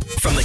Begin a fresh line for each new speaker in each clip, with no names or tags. the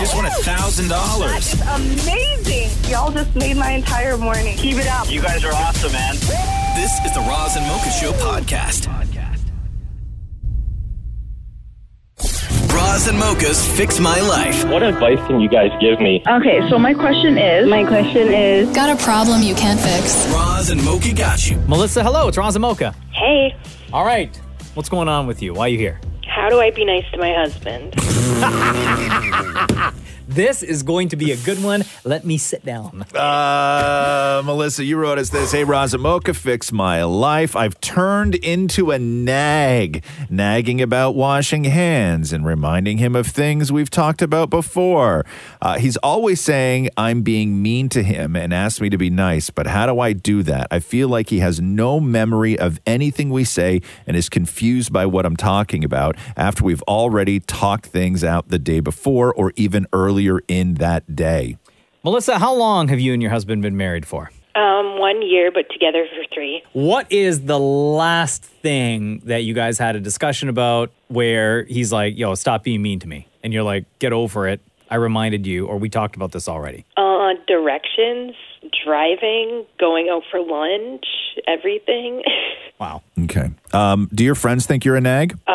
just won a thousand
That
dollars.
is amazing. Y'all just made my entire morning. Keep it up.
You guys are awesome, man.
This is the Roz and Mocha Show podcast. Roz and Mocha's Fix My Life.
What advice can you guys give me?
Okay, so my question is. My question is.
Got a problem you can't fix?
Roz and Mocha got you.
Melissa, hello. It's Roz and Mocha.
Hey,
All right. What's going on with you? Why are you here?
how do I be nice to my husband?
This is going to be a good one. Let me sit down.
Uh, Melissa, you wrote us this. Hey, Roz and Mocha, fix my life. I've turned into a nag, nagging about washing hands and reminding him of things we've talked about before. Uh, he's always saying I'm being mean to him and asks me to be nice, but how do I do that? I feel like he has no memory of anything we say and is confused by what I'm talking about after we've already talked things out the day before or even earlier in that day.
Melissa, how long have you and your husband been married for?
Um, one year, but together for three.
What is the last thing that you guys had a discussion about where he's like, yo, stop being mean to me? And you're like, get over it. I reminded you, or we talked about this already.
Uh, directions, driving, going out for lunch, everything.
Wow.
Okay. Um, do your friends think you're a nag?
Uh,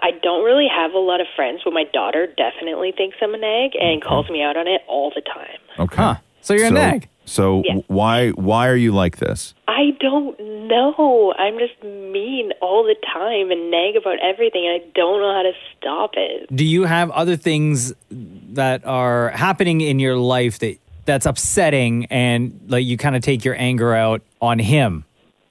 I don't really have a lot of friends, but my daughter definitely thinks I'm an egg and calls me out on it all the time.
Okay.
Huh. So you're a nag.
So
Yeah.
why why are you like this?
I don't know. I'm just mean all the time and nag about everything, and I don't know how to stop it.
Do you have other things that are happening in your life that that's upsetting and like you kind of take your anger out on him?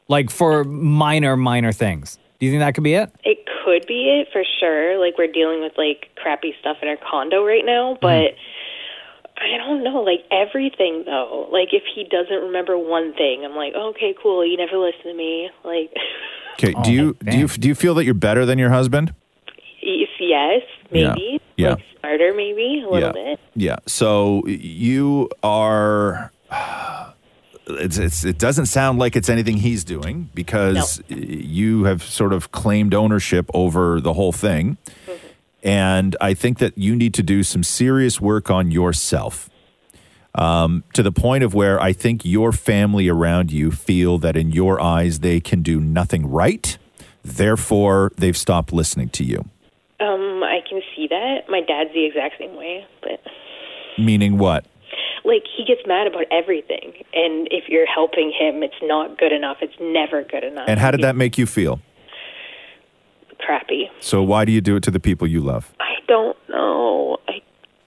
Like for minor, minor things. Do you think that could be it?
It could be it for sure. Like we're dealing with like crappy stuff in our condo right
Mm-hmm.
now, but I don't know. Like everything though. Like if he doesn't remember one thing, I'm like, okay, cool. You never listen to me. Like,
Okay.
Oh,
do you do you do you feel that you're better than your husband?
yes, yes,
Yeah.
maybe.
Yeah.
Like smarter, maybe a little
yeah.
bit.
Yeah. So you are. It's, it's, it doesn't sound like it's anything he's doing because you have sort of claimed ownership over the whole thing.
Mm-hmm.
And I think that you need to do some serious work on yourself um, to the point of where I think your family around you feel that in your eyes they can do nothing right. Therefore, they've stopped listening to you.
Um, I can see that. My dad's the exact same way, but
Meaning what?
like he gets mad about everything. And if you're helping him, it's not good enough. It's never good enough.
And how did that make you feel?
crappy?
So why do you do it to the people you love?
I don't know. I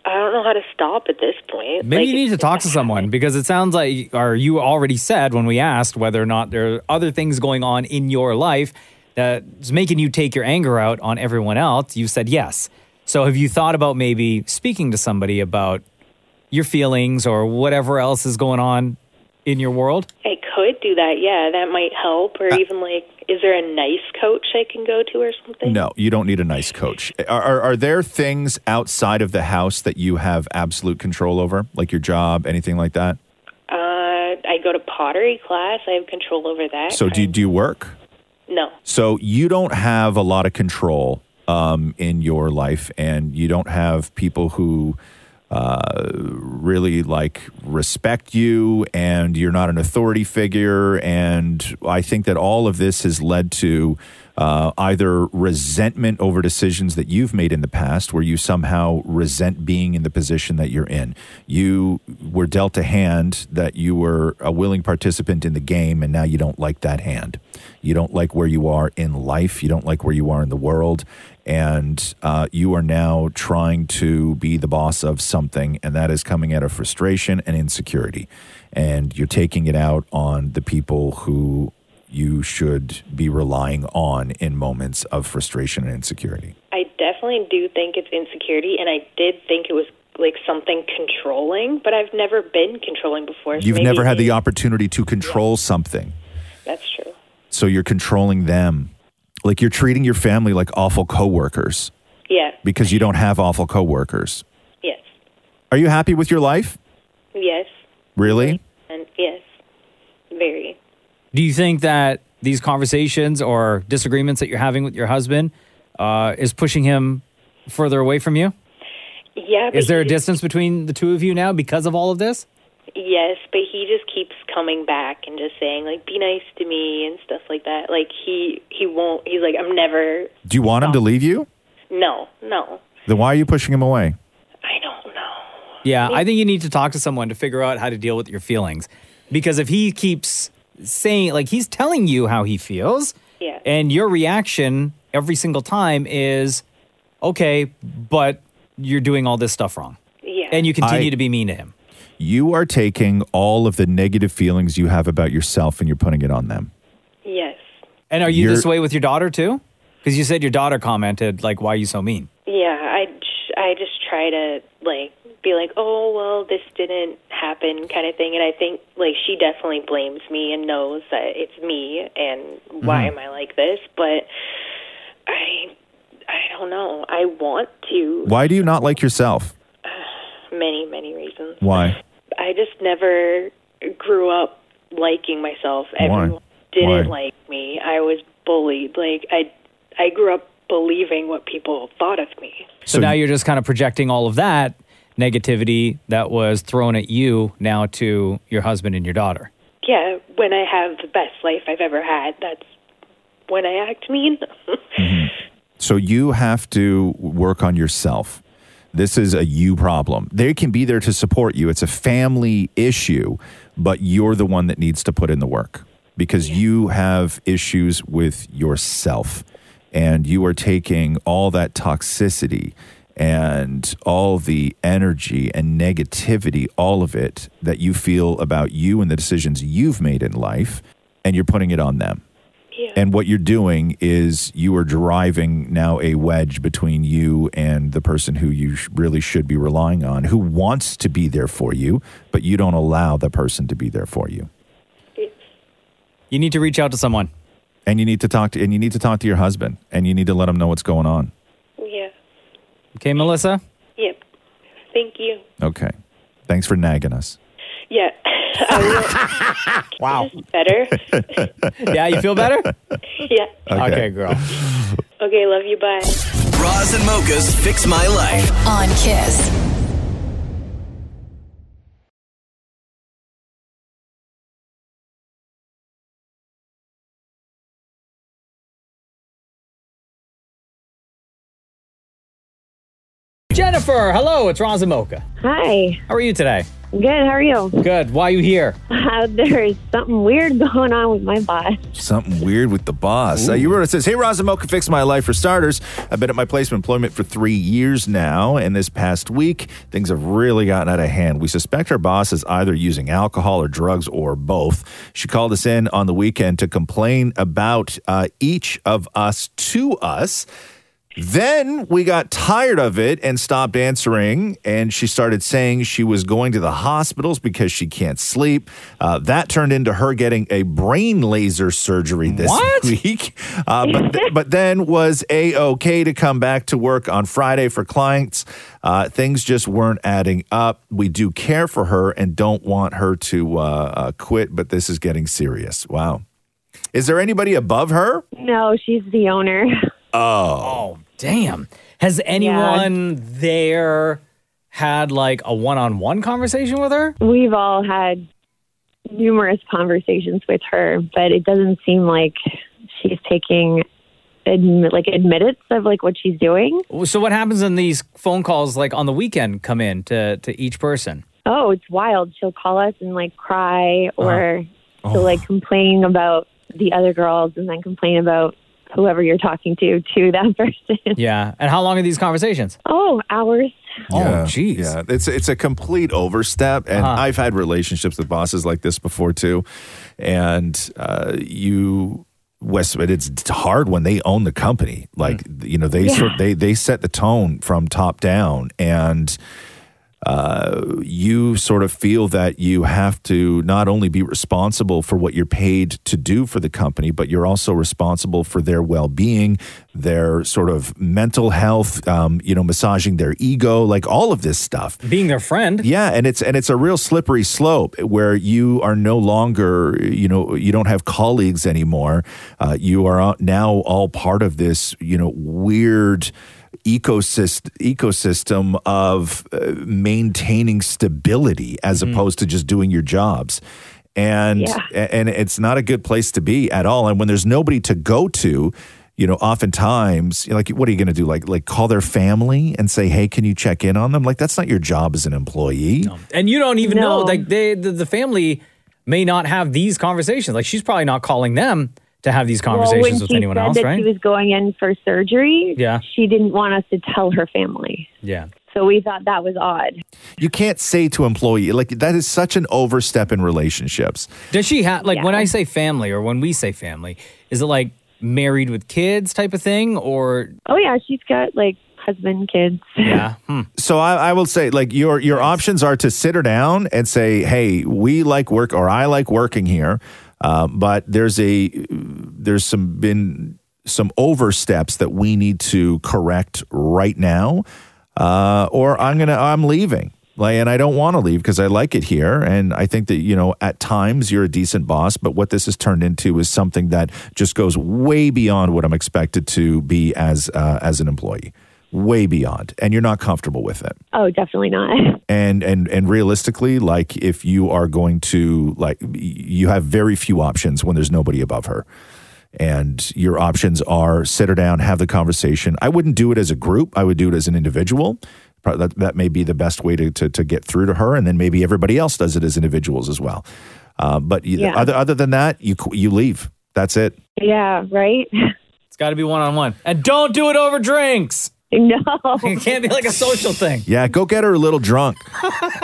I don't know how to stop at this point.
Maybe
Like,
you need to
it's-
talk to someone because it sounds like, or you already said when we asked whether or not there are other things going on in your life that's making you take your anger out on everyone else. You said yes. So have you thought about maybe speaking to somebody about your feelings or whatever else is going on in your world?
I could do that. Yeah, that might help.
Uh,
Or even like, is there a nice coach I can go to or something?
No, you don't need a nice coach. Are, are, are there things outside of the house that you have absolute control over, like your job, anything like that?
Uh, I go to pottery class. I have control over that.
So do you, do you work?
no.
So you don't have a lot of control um, in your life, and you don't have people who uh, really like respect you, and you're not an authority figure. And I think that all of this has led to. Uh, either resentment over decisions that you've made in the past, where you somehow resent being in the position that you're in. You were dealt a hand that you were a willing participant in the game, and now you don't like that hand. You don't like where you are in life. You don't like where you are in the world. And uh, you are now trying to be the boss of something. And that is coming out of frustration and insecurity. And you're taking it out on the people who you should be relying on in moments of frustration and insecurity.
I definitely do think it's insecurity, and I did think it was like something controlling, but I've never been controlling before. so
You've
maybe
never had the opportunity to control something.
That's true.
So you're controlling them. Like you're treating your family like awful coworkers
Yeah.
because you don't have awful coworkers.
Yes.
Are you happy with your life?
Yes.
Really?
And yes. Very.
Do you think that these conversations or disagreements that you're having with your husband uh, is pushing him further away from you?
Yeah.
Is
but
there a
he-
distance between the two of you now because of all of this?
Yes, but he just keeps coming back and just saying like, "Be nice to me" and stuff like that. Like he he won't. He's like, "I'm never."
Do you want him to leave you?
No, no.
Then why are you pushing him away?
I don't know.
Yeah, I think you need to talk to someone to figure out how to deal with your feelings. Because if he keeps saying, like, he's telling you how he feels,
Yeah.
and your reaction every single time is, okay, but you're doing all this stuff wrong.
Yeah.
And you continue
I-
to be mean to him.
You are taking all of the negative feelings you have about yourself and you're putting it on them.
yes.
And are you
You're-
this way with your daughter too? Because you said your daughter commented, like, why are you so mean?
Yeah. I j- I just try to like be like, "Oh well, this didn't happen," kind of thing. And I think like she definitely blames me and knows that it's me and why
Mm-hmm.
am I like this? But I I don't know. I want to
Why do you not like yourself?
many many reasons.
Why?
I just never grew up liking myself. Everyone
Why?
didn't like me. I was bullied. Like I I grew up believing what people thought of me.
So, now you're just kind of projecting all of that negativity that was thrown at you now to your husband and your daughter.
Yeah, when I have the best life I've ever had, that's when I act mean.
So you have to work on yourself. This is a you problem. They can be there to support you. It's a family issue, but you're the one that needs to put in the work because you have issues with yourself and you are taking all that toxicity and all the energy and negativity, all of it that you feel about you and the decisions you've made in life, and you're putting it on them. And what you're doing is you are driving now a wedge between you and the person who you sh- really should be relying on, who wants to be there for you, but you don't allow the person to be there for you.
You need to reach out to someone.
And you need to talk to and you need to talk to your husband, and you need to let him know what's going on.
yeah.
Okay, Melissa?
Yep. Thank you.
Okay. Thanks for nagging us.
Yeah. I will. wow. Better.
Yeah, you feel better?
Yeah.
okay, girl.
Okay, love you. Bye.
Roz and Mocha's Fix My Life.
on Kiss.
Jennifer, hello, it's Roz and Mocha.
Hi.
How are you today?
Good. How are you?
Good. Why are you here?
Uh, there is something weird going on with my boss.
Something weird with the boss. Uh, you wrote it says, Hey, Rosamo can fix my life for starters. I've been at my place of employment for three years now, and this past week, things have really gotten out of hand. We suspect our boss is either using alcohol or drugs or both. She called us in on the weekend to complain about uh, each of us to us. Then we got tired of it and stopped answering. And she started saying she was going to the hospitals because she can't sleep. Uh, that turned into her getting a brain laser surgery this
What?
week. Uh, but, th- but then was a okay to come back to work on Friday for clients. Uh, things just weren't adding up. We do care for her and don't want her to uh, uh, quit, but this is getting serious. Wow. Is there anybody above her?
No, she's the owner.
Oh, damn. Has anyone there had like a one on one conversation with her?
We've all had numerous conversations with her, but it doesn't seem like she's taking admi- like admittance of like what she's doing.
So, what happens when these phone calls, like on the weekend, come in to, to each person?
Oh, it's wild. She'll call us and like cry
Uh-huh.
or she'll
Oh.
like complain about the other girls and then complain about whoever you're talking to to that person.
Yeah. And how long are these conversations?
oh, hours.
oh, jeez. Uh-huh.
Yeah, it's it's a complete overstep, and I've had relationships with bosses like this before too, and uh, you. West, but it's hard when they own the company.
Mm.
Like you know, they sort they they set the tone from top down, and uh, you sort of feel that you have to not only be responsible for what you're paid to do for the company, but you're also responsible for their well being, their sort of mental health, um, you know, massaging their ego, like all of this stuff.
Being their friend.
Yeah, and it's and it's a real slippery slope where you are no longer, you know, you don't have colleagues anymore. Uh, you are now all part of this, you know, weird ecosystem ecosystem of uh, maintaining stability as opposed to just doing your jobs. And
Yeah.
a- and it's not a good place to be at all. And when there's nobody to go to, you know, oftentimes, you know, like, what are you going to do? Like, like call their family and say, "Hey, can you check in on them?" Like, that's not your job as an employee.
and you don't even
No.
know like they the, the family may not have these conversations like she's probably not calling them to have these conversations
well, when
with
she
anyone
said
else
that
right
she was going in for surgery,
Yeah.
she didn't want us to tell her family.
yeah
So we thought that was odd.
You can't say to employee like that is such an overstep in relationships.
does she have like when
Yeah.
i say family or when we say family is it like married with kids type of thing or
Oh yeah, she's got like husband, kids.
yeah hmm.
So I, I will say, like your your options are to sit her down and say, "Hey, we like work, or I like working here, uh, but there's a there's some been some oversteps that we need to correct right now, uh, or I'm gonna I'm leaving." Like, and I don't want to leave because I like it here. And I think that, you know, at times you're a decent boss, but what this has turned into is something that just goes way beyond what I'm expected to be as, uh, as an employee, way beyond. And you're not comfortable with it
Oh, definitely not.
and and and realistically like if you are going to like y- you have very few options when there's nobody above her and your options are sit her down have the conversation i wouldn't do it as a group i would do it as an individual Pro- that, that may be the best way to, to, to get through to her and then maybe everybody else does it as individuals as well uh, but you,
Yeah.
other, other than that you qu- you leave that's it
Yeah, right?
it's got to be one-on-one and don't do it over drinks
no.
it can't be like a social thing
yeah go get her a little drunk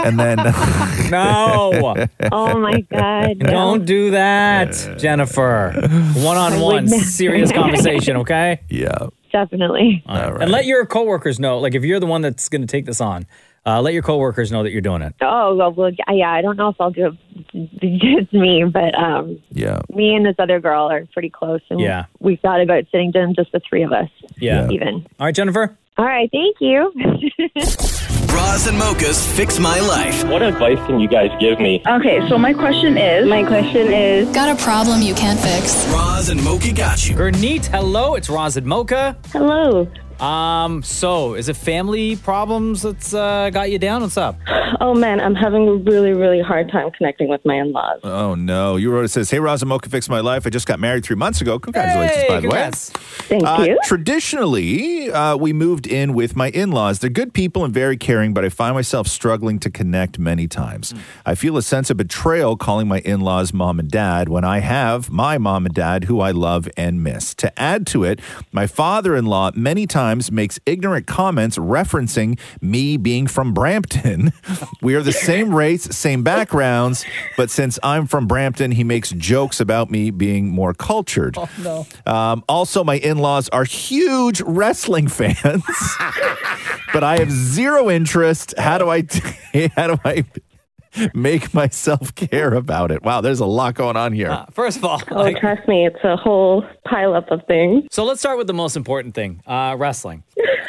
and then
no
Oh my god. no.
don't do that jennifer one-on-one
never.
serious conversation okay
yeah
Definitely.
And let your coworkers know, like if you're the one that's going to take this on, uh, let your coworkers know that you're doing it.
Oh well, well, yeah. I don't know if I'll do it just me, but um,
yeah
me and this other girl are pretty close, and
Yeah.
we thought about sitting down just the three of us.
Yeah.
Even.
All right, Jennifer.
All right. Thank you.
Bras and mochas fix my life.
What advice can you guys give me?
Okay, so my question is. My question is.
Got a problem you can't fix?
Bras and mocha got you.
Gernit, hello. It's Roz and Mocha.
Hello.
Um, so is it family problems that's uh, got you down? What's up?
Oh man, I'm having a really, really hard time connecting with my in laws.
Oh no! You wrote it says, "Hey, Razamoka fixed my life. I just got married three months ago. Congratulations,
Hey,
by the
congrats.
Thank
way." Uh,
you.
traditionally, uh, we moved in with my in-laws. They're good people and very caring, but I find myself struggling to connect many times. I feel a sense of betrayal calling my in-laws mom and dad when I have my mom and dad, who I love and miss. To add to it, my father-in-law many times makes ignorant comments referencing me being from Brampton. we are the same race, same backgrounds, but since I'm from Brampton, he makes jokes about me being more cultured. no. Um, also, my in laws are huge wrestling fans, but I have zero interest. How do I? how do I? Make myself care about it. Wow, there's a lot going on here.
Uh, First of all,
Oh,
like-
trust me, it's a whole pile up of things.
so let's start with the most important thing uh, wrestling.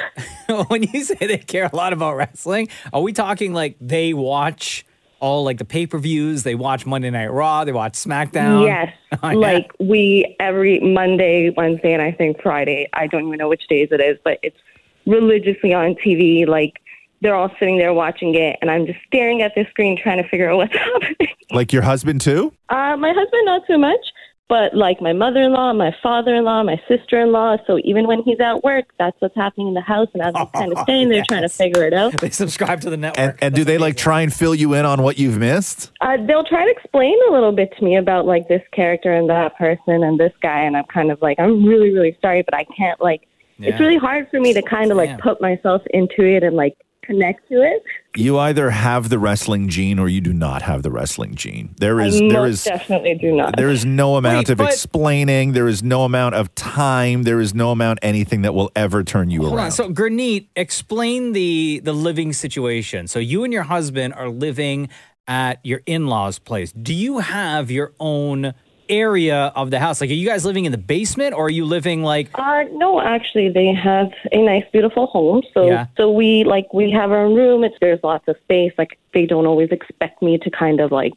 when you say they care a lot about wrestling, are we talking like they watch all like the pay per views? They watch Monday Night Raw, they watch SmackDown?
Yes.
Oh, yeah.
Like we every Monday, Wednesday, and I think Friday. I don't even know which days it is, but it's religiously on TV. Like they're all sitting there watching it, and I'm just staring at their screen trying to figure out what's happening.
Like your husband, too?
Uh, my husband, not so much, but like my mother in law, my father in law, my sister in law. So even when he's at work, that's what's happening in the house. And I'm just kind of staying there trying to figure it out.
They subscribe to the network.
And, and do they like try and fill you in on what you've missed?
Uh, they'll try to explain a little bit to me about like this character and that person and this guy. And I'm kind of like, I'm really, really sorry, but I can't like,
Yeah.
it's really hard for me to kind of like
Damn.
put myself into it and like connect to it.
You either have the wrestling gene or you do not have the wrestling gene. There is
I
there
most
is
definitely do not.
there is no
Wait,
amount of
but-
explaining. There is no amount of time. There is no amount anything that will ever turn you
Hold
around.
on. So, Granit, explain the the living situation. So, you and your husband are living at your in laws' place. Do you have your own area of the house? Like, are you guys living in the basement, or are you living like?
Uh, no, actually, they have a nice, beautiful home. So,
Yeah.
so we like we have our own room. It's there's lots of space. Like they don't always expect me to kind of like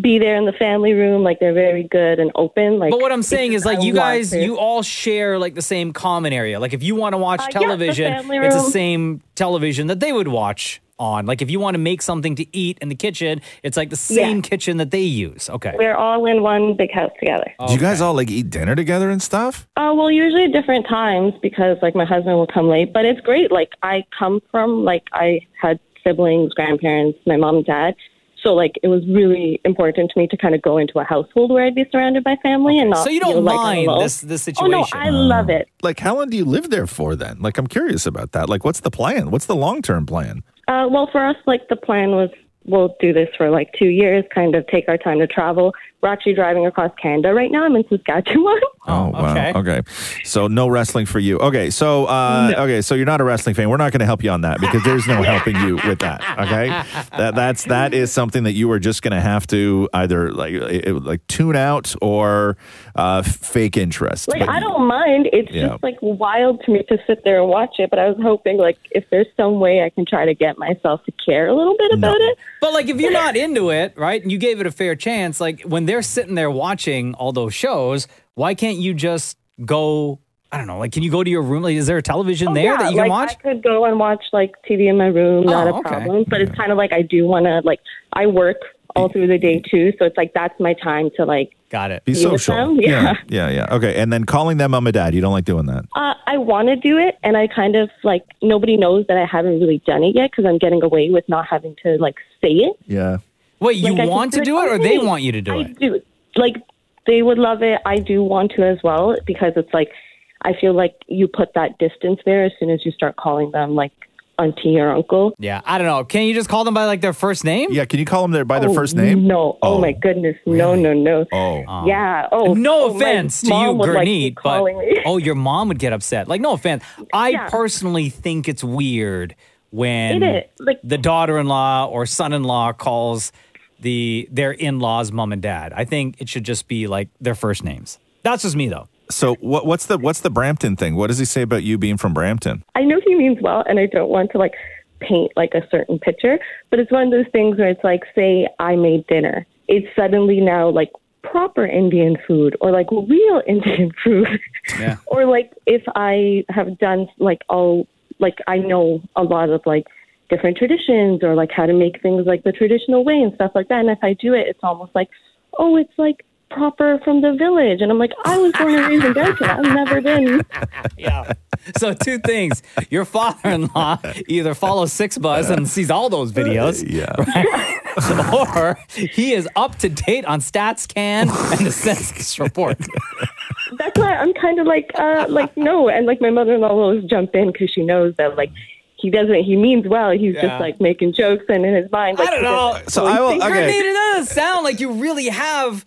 be there in the family room. Like they're very good and open. Like,
But what I'm saying is,
because I
like, you
want
guys,
to.
you all share like the same common area. Like, if you want to watch
Uh, yeah, the
television,
family
it's the
room.
same television that they would watch on. Like, if you want to make something to eat in the kitchen, it's like the same kitchen that they use. Okay.
we're all in one big house together.
Do you guys all like eat dinner together and stuff?
Uh, well, usually at different times because like my husband will come late, but it's great. Like I come from like I had siblings, grandparents, my mom, and dad. So like it was really important to me to kind of go into a household where I'd be surrounded by family and not
So you
feel
don't
like I'm
mind
alone.
this this
Oh
situation.
no, I love it.
Like how long do you live there for then? Like I'm curious about that. Like what's the plan? What's the long-term plan?
Uh, well, for us, like the plan was we'll do this for like two years, kind of take our time to travel. We're actually driving across Canada right now. I'm in Saskatchewan.
Oh, wow.
okay.
Okay. So no wrestling for you. Okay. So uh, okay. So you're not a wrestling fan. We're not going to help you on that because there's no helping you with that. Okay. That that's that is something that you are just going to have to either like it, it- like tune out or uh, f- fake interest.
Like
But
I don't mind. It's
Yeah.
just like wild to me to sit there and watch it. But I was hoping like if there's some way I can try to get myself to care a little bit about it.
But like, if you're not into it, right, and you gave it a fair chance, like when they're sitting there watching all those shows, why can't you just go? I don't know. Like, can you go to your room? Like, is there a television there
Oh, Yeah,
that you can
like,
watch?
I could go and watch like TV in my room, not
Oh,
a
okay.
problem. But it's kind of like I do want to like I work all through the day too, so it's like that's my time to like.
Got it.
Be
you with
social.
them? Yeah.
yeah. Yeah. yeah. Okay. And then calling them mom and dad. You don't like doing that.
Uh, I want to do it, and I kind of like nobody knows that I haven't really done it yet because I'm getting away with not having to like say it.
Yeah.
Wait, you
Like, I
want to
consider-
do it, or they
Okay.
want you to do
I
it?
do. Like they would love it. I do want to as well because it's like I feel like you put that distance there as soon as you start calling them like auntie or uncle.
Yeah, I don't know. Can you just call them by like their first name?
Yeah. Can you call them there by
Oh,
their first name?
No. Oh, my goodness. No, no, no.
Oh.
Yeah. Oh.
No
oh, my
offense to
mom
you,
would, like,
Granit,
keep
but
calling me.
oh, your mom would get upset. Like, no offense. I
Yeah.
personally think it's weird when
It is, like-
the daughter-in-law or son-in-law calls the their in-laws mom and dad. I think it should just be like their first names. That's just me though.
So what, what's the what's the Brampton thing? What does he say about you being from Brampton?
I know he means well, and I don't want to like paint like a certain picture, but it's one of those things where it's like, say, I made dinner. It's suddenly now like proper Indian food or like real Indian food.
Yeah.
or like if I have done like all, like I know a lot of like different traditions or like how to make things like the traditional way and stuff like that. And if I do it, it's almost like, oh, it's like proper from the village. And I'm like, I was born and raised in Denton. I've never been.
Yeah. so two things: your father-in-law either follows Six Buzz and sees all those videos,
Yeah.
or he is up to date on StatsCan and the census report.
that's why I'm kind of like, uh, like no, and like my mother-in-law will always jump in because she knows that like he doesn't, he means well. He's
Yeah.
just like making jokes and in his mind. Like,
I don't
he
know.
So I will.
Grenade,
Okay.
that doesn't sound like you really have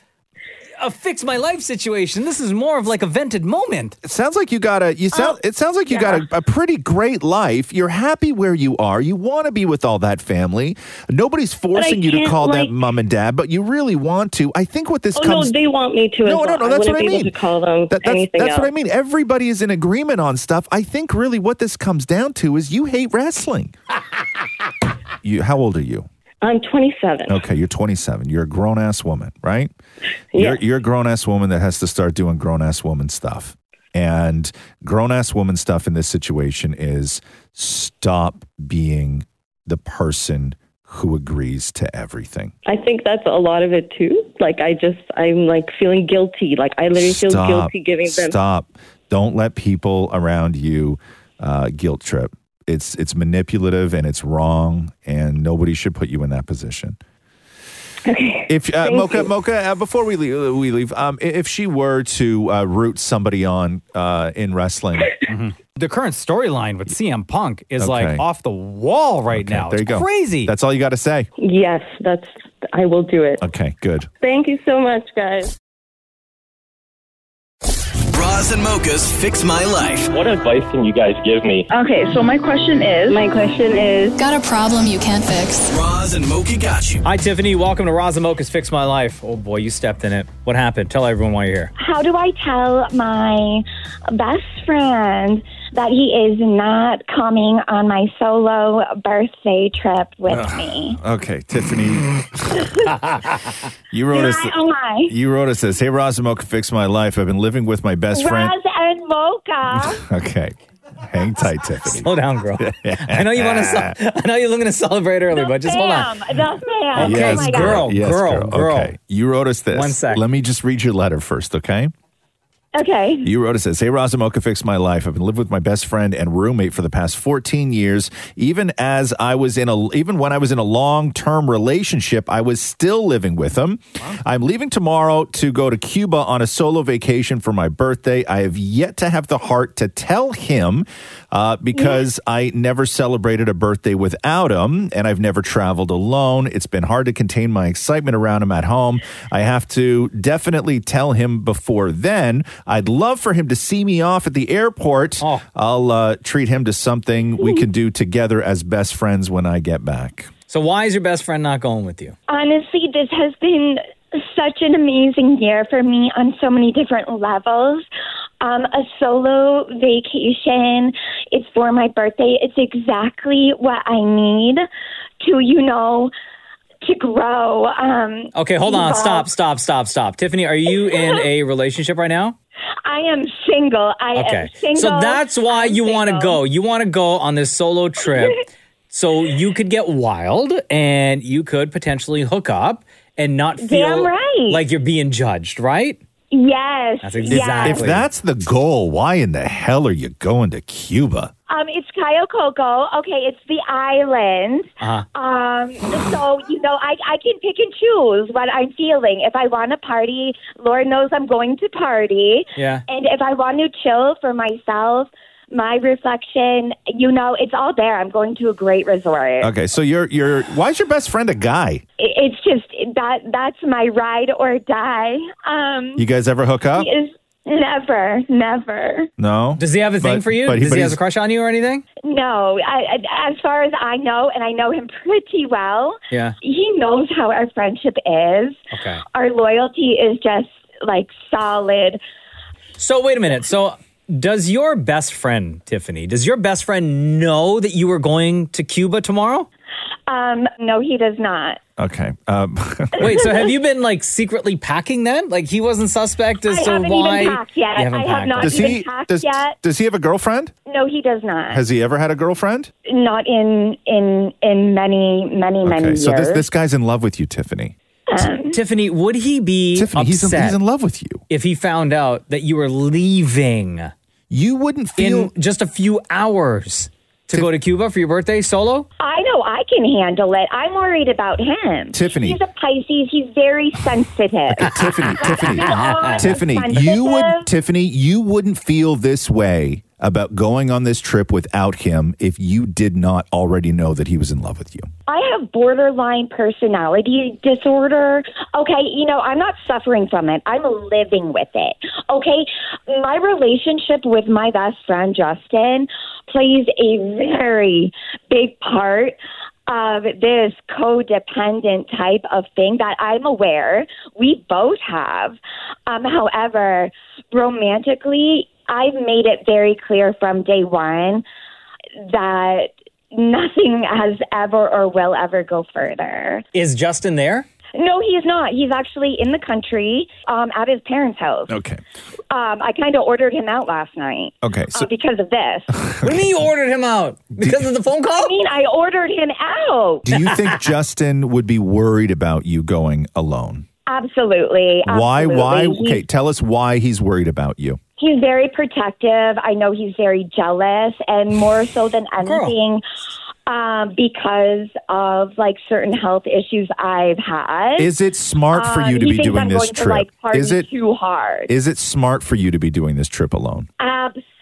a fix my life situation. This is more of like a vented moment.
It sounds like you got a you sound
Oh,
it sounds like you got a, a pretty great life. You're happy where you are. You want to be with all that family. Nobody's forcing you to
can't,
call
like-
them mom and dad, but you really want to. I think what this
doesn't- Oh no,
comes
they want me to. as
no, no,
well.
no, that's
wouldn't
what I
be able
mean.
To call them
That- that's
anything
that's
else.
what I mean. Everybody is in agreement on stuff. I think really what this comes down to is you hate wrestling. you how old are you?
I'm 27.
Okay, you're 27. You're a grown ass woman, right? You're,
Yes.
you're a grown ass woman that has to start doing grown ass woman stuff. And grown ass woman stuff in this situation is stop being the person who agrees to everything.
I think that's a lot of it too. Like I just, I'm like feeling guilty. Like I literally feel
Stop.
guilty giving them.
Stop. Don't let people around you uh, guilt trip. It's it's manipulative and it's wrong, and nobody should put you in that position. If uh,
Thank
Mocha
you.
Mocha, uh, before we leave, we leave. Um, i- if she were to uh, root somebody on uh, in wrestling,
The current storyline with CM Punk is like
Okay.
off the wall right now.
there you
It's
go.
Crazy.
That's all you got to say.
Yes, that's. I will do it.
Okay, good.
Thank you so much, guys.
Bras and mochas fix my life.
What advice can you guys give me?
Okay, so my question is. My question is. Got a problem you can't fix?
Bras and mocha got you.
Hi, Tiffany. Welcome to Razamoka's Fix My Life. Oh boy, you stepped in it. What happened? Tell everyone why you're here.
How do I tell my best friend that he is not coming on my solo birthday trip with me?
Okay, Tiffany, you wrote
Do
us.
I- oh my.
You wrote us this. Hey, Roz and Mocha, fix my life. I've been living with my best friend.
Roz and Mocha.
Okay, hang tight, Tiffany.
Slow down, girl. I know you want to. ce- I know you're looking to celebrate early, but just hold on.
Ma'am, the ma'am.
Okay,
oh my God.
girl, girl, girl.
Okay, you wrote us this.
One sec.
Let me just read your letter first, okay?
Okay.
You wrote it says, Hey, Razamoka fixed my life. I've been living with my best friend and roommate for the past 14 years. Even as I was in a, even when I was in a long term relationship, I was still living with him. I'm leaving tomorrow to go to Cuba on a solo vacation for my birthday. I have yet to have the heart to tell him uh, because I never celebrated a birthday without him and I've never traveled alone. It's been hard to contain my excitement around him at home. I have to definitely tell him before then. I'd love for him to see me off at the airport.
Oh.
I'll uh, treat him to something we can do together as best friends when I get back.
So why is your best friend not going with you?
Honestly, this has been such an amazing year for me on so many different levels. Um, a solo vacation, it's for my birthday. It's exactly what I need to, you know, to grow. Um,
Okay, hold on.
evolve.
Stop, stop, stop, stop. Tiffany, are you in a relationship right now?
I am single. I am
Okay.
single.
So that's why you want to go. You want to go on this solo trip so you could get wild and you could potentially hook up and not feel
Damn right.
like you're being judged, right?
Yes.
That's
yes.
exactly-
If that's the goal, why in the hell are you going to Cuba?
Um, it's Cayo Coco. Okay, it's the island.
Uh-huh.
Um, so you know, I I can pick and choose what I'm feeling. If I want to party, Lord knows I'm going to party.
Yeah.
And if I want to chill for myself, my reflection, you know, it's all there. I'm going to a great resort.
Okay, so you're, you're, why is your best friend a guy?
It, it's just that that's my ride or die. Um,
You guys ever hook up?
he is never, never.
No.
Does he have a thing
But-
for you?
but he-
Does
but
he have
he's-
a crush on you or anything?
No, I, I, as far as I know, and I know him pretty well.
Yeah.
he knows how our friendship is.
Okay.
Our loyalty is just like solid.
So wait a minute. So does your best friend, Tiffany, does your best friend know that you are going to Cuba tomorrow?
Um, no, he does not.
Okay. Um,
Wait, so have you been like secretly packing then? Like he wasn't suspect as
I
to
haven't even
why
packed yet.
You haven't
I have
packed
not
yet.
does
even
he
packed
does,
yet.
does he have a girlfriend?
No, he does not.
Has he ever had a girlfriend?
not in in in many many many
Okay,
years.
so this this guy's in love with you, Tiffany.
Tiffany, would he be
Tiffany, he's in,
upset
he's in love with you.
if he found out that you were leaving
You wouldn't feel.
in just a few hours to go to Cuba for your birthday solo?
I know I can handle it. I'm worried about him.
Tiffany.
He's a Pisces. He's very sensitive.
Tiffany, Tiffany,
Oh,
Tiffany,
that's
you would
sensitive.
Tiffany, you wouldn't feel this way about going on this trip without him if you did not already know that he was in love with you.
I have borderline personality disorder. Okay, you know, I'm not suffering from it. I'm living with it. Okay, my relationship with my best friend Justin plays a very big part of this codependent type of thing that I'm aware we both have. Um, however, romantically, I've made it very clear from day one that nothing has ever or will ever go further.
Is Justin there?
No, he is not. He's actually in the country um, at his parents' house.
Okay.
Um, I kind of ordered him out last night
Okay.
uh,
So
because of this.
What do you mean you ordered him out? Because of the phone call?
I mean, I ordered him out.
do you think Justin would be worried about you going alone?
Absolutely.
Why
absolutely.
why
He's-
okay, tell us why he's worried about you.
He's very protective. I know he's very jealous, and more so than anything,
um, because of like certain health issues I've had.
Is it smart for
Um,
you to
he
be
thinks
doing
I'm
this
going to,
trip?
like, party
Is it-
too hard?
Is it smart for you to be doing this trip alone?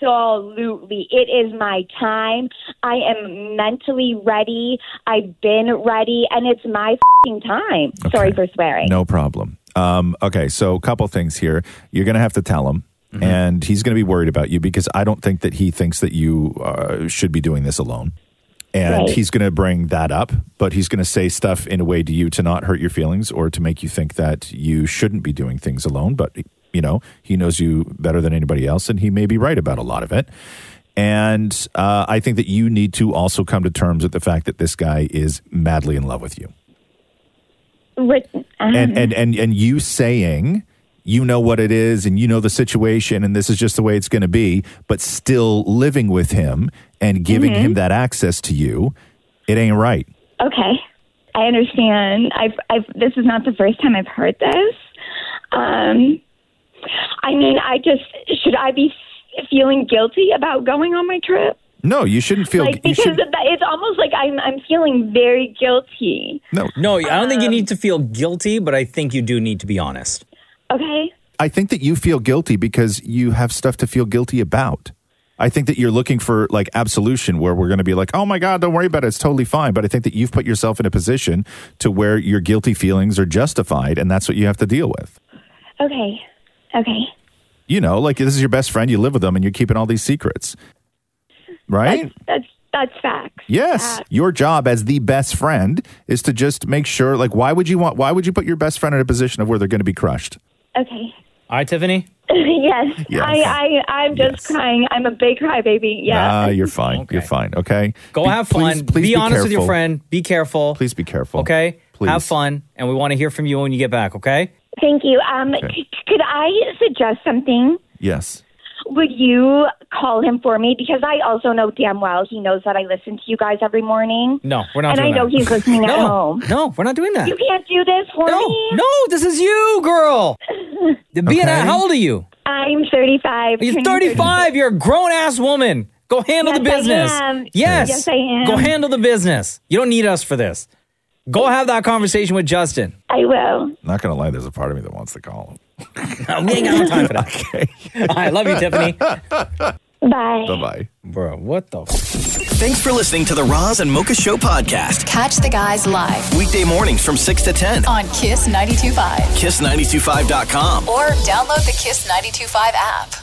Absolutely. It is my time. I am mentally ready. I've been ready, and it's my fing time. Sorry for swearing.
No problem. Um, okay, so a couple things here. You're going to have to tell him, and he's going to be worried about you because I don't think that he thinks that you uh, should be doing this alone. And
Right.
he's going to bring that up, but he's going to say stuff in a way to you to not hurt your feelings or to make you think that you shouldn't be doing things alone. But, you know, he knows you better than anybody else, and he may be right about a lot of it. And uh, I think that you need to also come to terms with the fact that this guy is madly in love with you
Written.
Mm.
and and and and you saying you know what it is and you know the situation and this is just the way it's going to be but still living with him and giving
Mhm.
Mm-hmm.
him that access to you it ain't right
Okay, I understand. I've, I've this is not the first time I've heard this. Um, I mean, I just should I be feeling guilty about going on my trip?
no you shouldn't feel
like
you
because
should
of that, it's almost like I'm I'm feeling very guilty.
no
no i don't think you need to feel guilty but i think you do need to be honest
Okay,
i think that you feel guilty because you have stuff to feel guilty about I think that you're looking for like absolution where we're going to be like, oh my God, don't worry about it. It's totally fine. But I think that you've put yourself in a position to where your guilty feelings are justified. And that's what you have to deal with.
okay, okay.
you know, like this is your best friend, you live with them, and you're keeping all these secrets, right?
That's that's facts.
yes, your job as the best friend is to just make sure. Like, why would you want? Why would you put your best friend in a position of where they're going to be crushed?
Okay.
all right tiffany
yes,
Yes.
I, I I'm just crying. I'm a big crybaby. Yeah.
Nah, Ah, you're fine. You're fine. Okay,
go
Be-
have
please-
fun
please
be, honest with your
careful.
friend be careful
Please be careful.
okay
Please.
have fun and we want to hear from you when you get back okay
Thank you. Um, c- could I suggest something?
Yes.
Would you call him for me? Because I also know damn well he knows that I listen to you guys every morning.
No, we're not
And
doing
I know
that.
he's listening
no,
at home.
No, we're not doing that.
You can't do this for
no,
me.
Oh, no, this is you, girl. Being that, how old are you?
I'm 35.
You're
turning
35. You're a grown ass woman. Go handle the
Yes, I
business.
am.
Yes.
Yes, I am.
Go handle the business. You don't need us for this. Go have that conversation with Justin.
I will.
Not gonna lie, there's a part of me that wants to call him.
we ain't got no time for that. okay. All right, love you, Tiffany.
Bye.
Bye bye.
Bro, what the?
Thanks for listening to the Roz and Mocha Show podcast.
Catch the guys live
Weekday mornings from 6 to 10.
on Kiss 92.5
Kiss925.com.
or download the Kiss 92.5 app.